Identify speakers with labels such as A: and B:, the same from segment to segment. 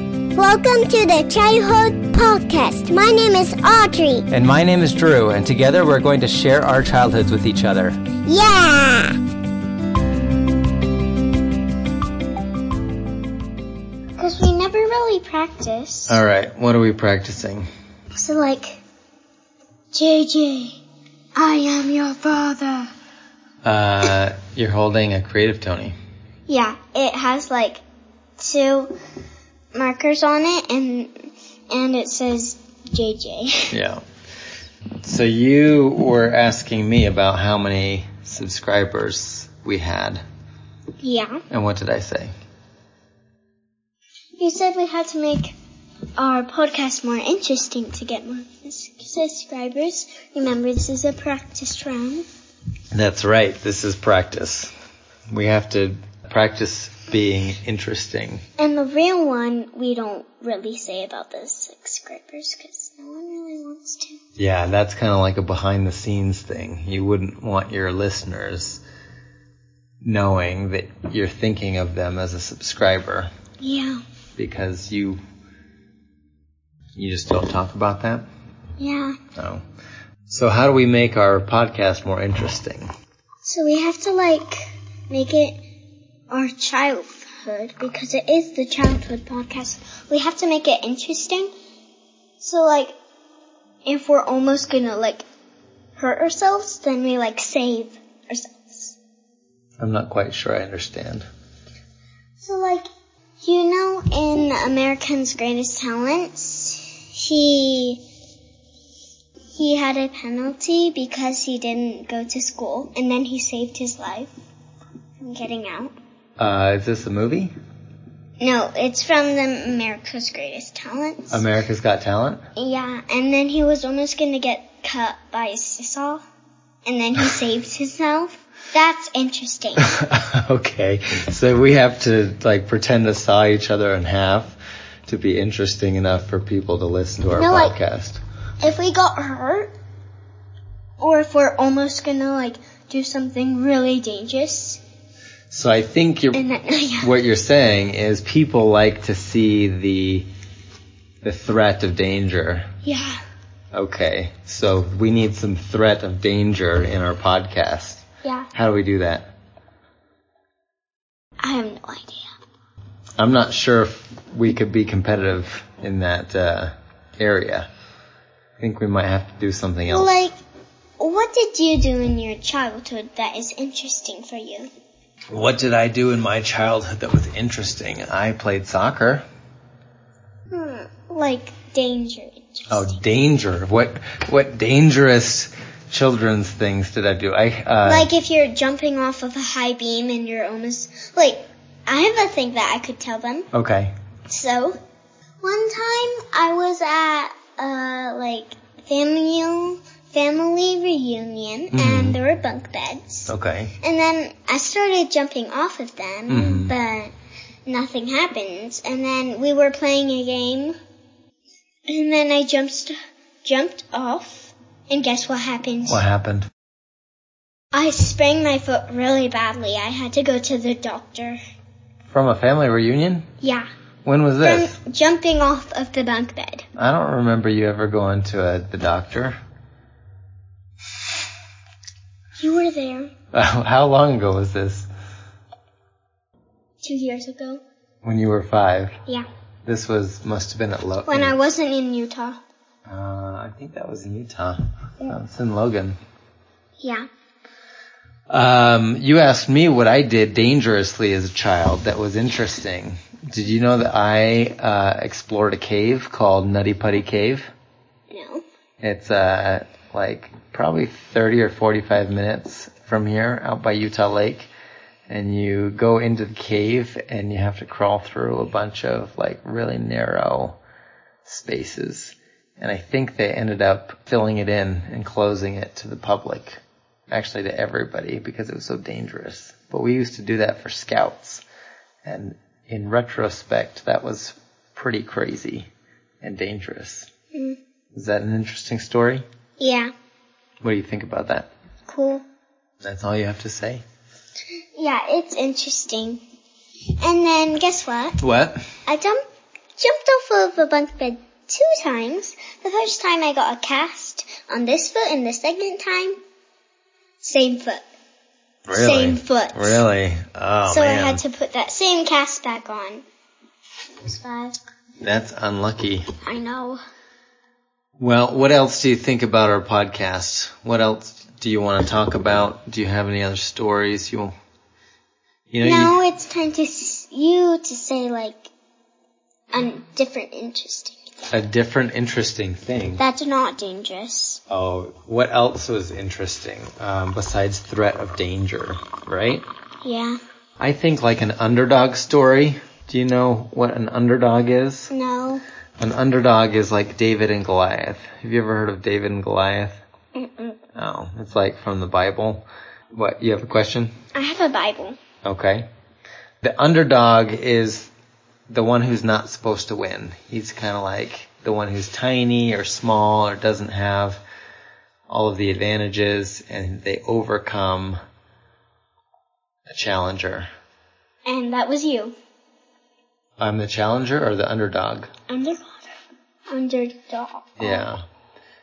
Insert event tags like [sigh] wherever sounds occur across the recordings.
A: Welcome to the Childhood Podcast. My name is Audrey.
B: And my name is Drew, and together we're going to share our childhoods with each other.
A: Yeah!
C: Because we never really practice.
B: All right, what are we practicing?
C: So, like, JJ, I am your father.
B: Uh, you're holding a creative Tony.
C: Yeah, it has like two markers on it, and and it says JJ.
B: Yeah. So you were asking me about how many subscribers we had,
C: [laughs] yeah.
B: and what did I say?
C: You said we had to make our podcast more interesting to get more sus- subscribers. Remember, this is a practice round.
B: That's right. This is practice. We have to practice being interesting.
C: And the real one, we don't really say about the subscribers because no one really wants to.
B: Yeah, that's kind of like a behind the scenes thing. You wouldn't want your listeners knowing that you're thinking of them as a subscriber
C: Yeah.
B: because you you just don't talk about that.
C: Yeah.
B: No. So how do we make our podcast more interesting?
C: So we have to like make it our childhood because it is the childhood podcast. We have to make it interesting. So like if we're almost gonna like hurt ourselves, then we like save ourselves.
B: I'm not quite sure I understand.
C: So like you know in American's Greatest Talents, he he had a penalty because he didn't go to school and then he saved his life from getting out.
B: Uh, is this a movie?
C: No, it's from the America's Greatest Talents.
B: America's Got Talent? [laughs]
C: yeah, and then he was almost gonna get cut by a saw, and then he saved himself. That's interesting.
B: okay. So we have to like pretend to saw each other in half to be interesting enough for people to listen to our
C: No, like-
B: podcast.
C: if we got hurt, or if we're almost gonna like do something really dangerous,
B: so I think you're
C: and then [laughs] yeah,
B: what you're saying is people like to see the the threat of danger.
C: yeah,
B: Okay. So we need some threat of danger in our podcast.
C: yeah.
B: How do we do that?
C: I have no idea.
B: I'm not sure if we could be competitive in that uh, area. I think we might have to do something else.
C: Like, what did you do in your childhood that is interesting for you?
B: What did I do in my childhood that was interesting? I played soccer.
C: Hmm, like danger.
B: Oh, danger! What what dangerous children's things did I do? I uh,
C: Like if you're jumping off of a high beam and you're almost like I have a thing that I could tell them.
B: okay.
C: So one time I was at uh like family family reunion and there were bunk beds.
B: Okay.
C: And then I started jumping off of them,
B: Mhm.
C: but nothing happened. And then we were playing a game and then I jumped jumped off and guess what happened?
B: What happened?
C: I sprained my foot really badly. I had to go to the doctor.
B: From a family reunion?
C: Yeah.
B: When was
C: From
B: this?
C: jumping off of the bunk bed.
B: I don't remember you ever going to uh the doctor.
C: You were there
B: [laughs] How long ago was this?
C: two years ago.
B: When you were five?
C: Yeah.
B: This was must have been at Logan.
C: When I wasn't in Utah.
B: uh, I think that was in Utah. That was in Logan.
C: Yeah.
B: Um, you asked me what I did dangerously as a child. That was interesting. Did you know that I uh, explored a cave called Nutty Putty Cave?
C: No.
B: It's uh, like probably 30 or 45 minutes from here, out by Utah Lake. And you go into the cave and you have to crawl through a bunch of like really narrow spaces. And I think they ended up filling it in and closing it to the public. Actually to everybody because it was so dangerous. But we used to do that for scouts. And in retrospect, that was pretty crazy and dangerous. Is that an interesting story?
C: Yeah.
B: What do you think about that?
C: Cool.
B: That's all you have to say.
C: Yeah, it's interesting. And then guess what?
B: What?
C: I jumped Jumped off of a bunk bed two times. The first time I got a cast on this foot, and the second time, same foot.
B: Really?
C: Same foot.
B: Really? Oh
C: so
B: man,
C: I had to put that same cast back on. It was bad.
B: that's unlucky.
C: I know.
B: Well, what else do you think about our podcast? What else do you want to talk about? Do you have any other stories you? You know,
C: Now
B: you,
C: it's time to s- you to say like a different interesting.
B: a different interesting thing.
C: That's not dangerous.
B: Oh, what else was interesting um, besides threat of danger? Right?
C: Yeah.
B: I think like an underdog story. Do you know what an underdog is?
C: No.
B: An underdog is like David and Goliath. Have you ever heard of David and Goliath?
C: Mm-mm.
B: Oh, it's like from the Bible. What? You have a question?
C: I have a Bible.
B: Okay. The underdog is the one who's not supposed to win. He's kind of like the one who's tiny or small or doesn't have all of the advantages and they overcome a challenger.
C: And that was you.
B: I'm the challenger or the underdog?
C: Underdog. Underdog.
B: Yeah. Oh.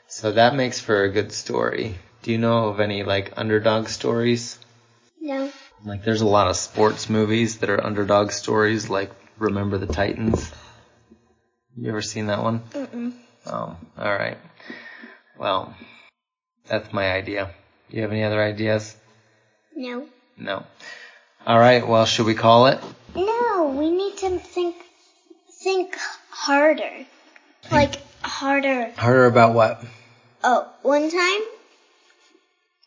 B: So that makes for a good story. Do you know of any like underdog stories?
C: No.
B: Like there's a lot of sports movies that are underdog stories like Remember the Titans. You ever seen that one?
C: Mm-mm.
B: Oh, all right. Well, that's my idea. Do you have any other ideas?
C: No.
B: No. All right. Well, should we call it?
C: No, we need to think think harder. Like harder.
B: Harder about what?
C: Oh, one time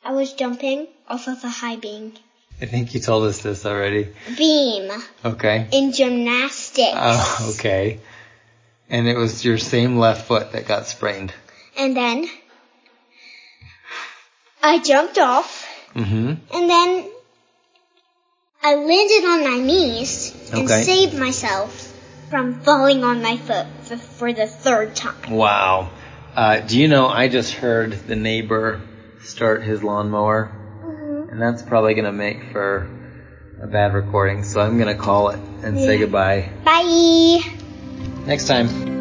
C: I was jumping off of a high beam.
B: I think you told us this already.
C: Beam
B: Okay.
C: in gymnastics.
B: Oh, okay. And it was your same left foot that got sprained.
C: And then I jumped off
B: Mm-hmm.
C: and then I landed on my knees and
B: Okay.
C: saved myself from falling on my foot for, for the third time.
B: Wow. Uh, do you know, I just heard the neighbor start his lawnmower, and that's probably going to make for a bad recording, so I'm going to call it and say
C: Yeah.
B: goodbye.
C: Bye.
B: Next time.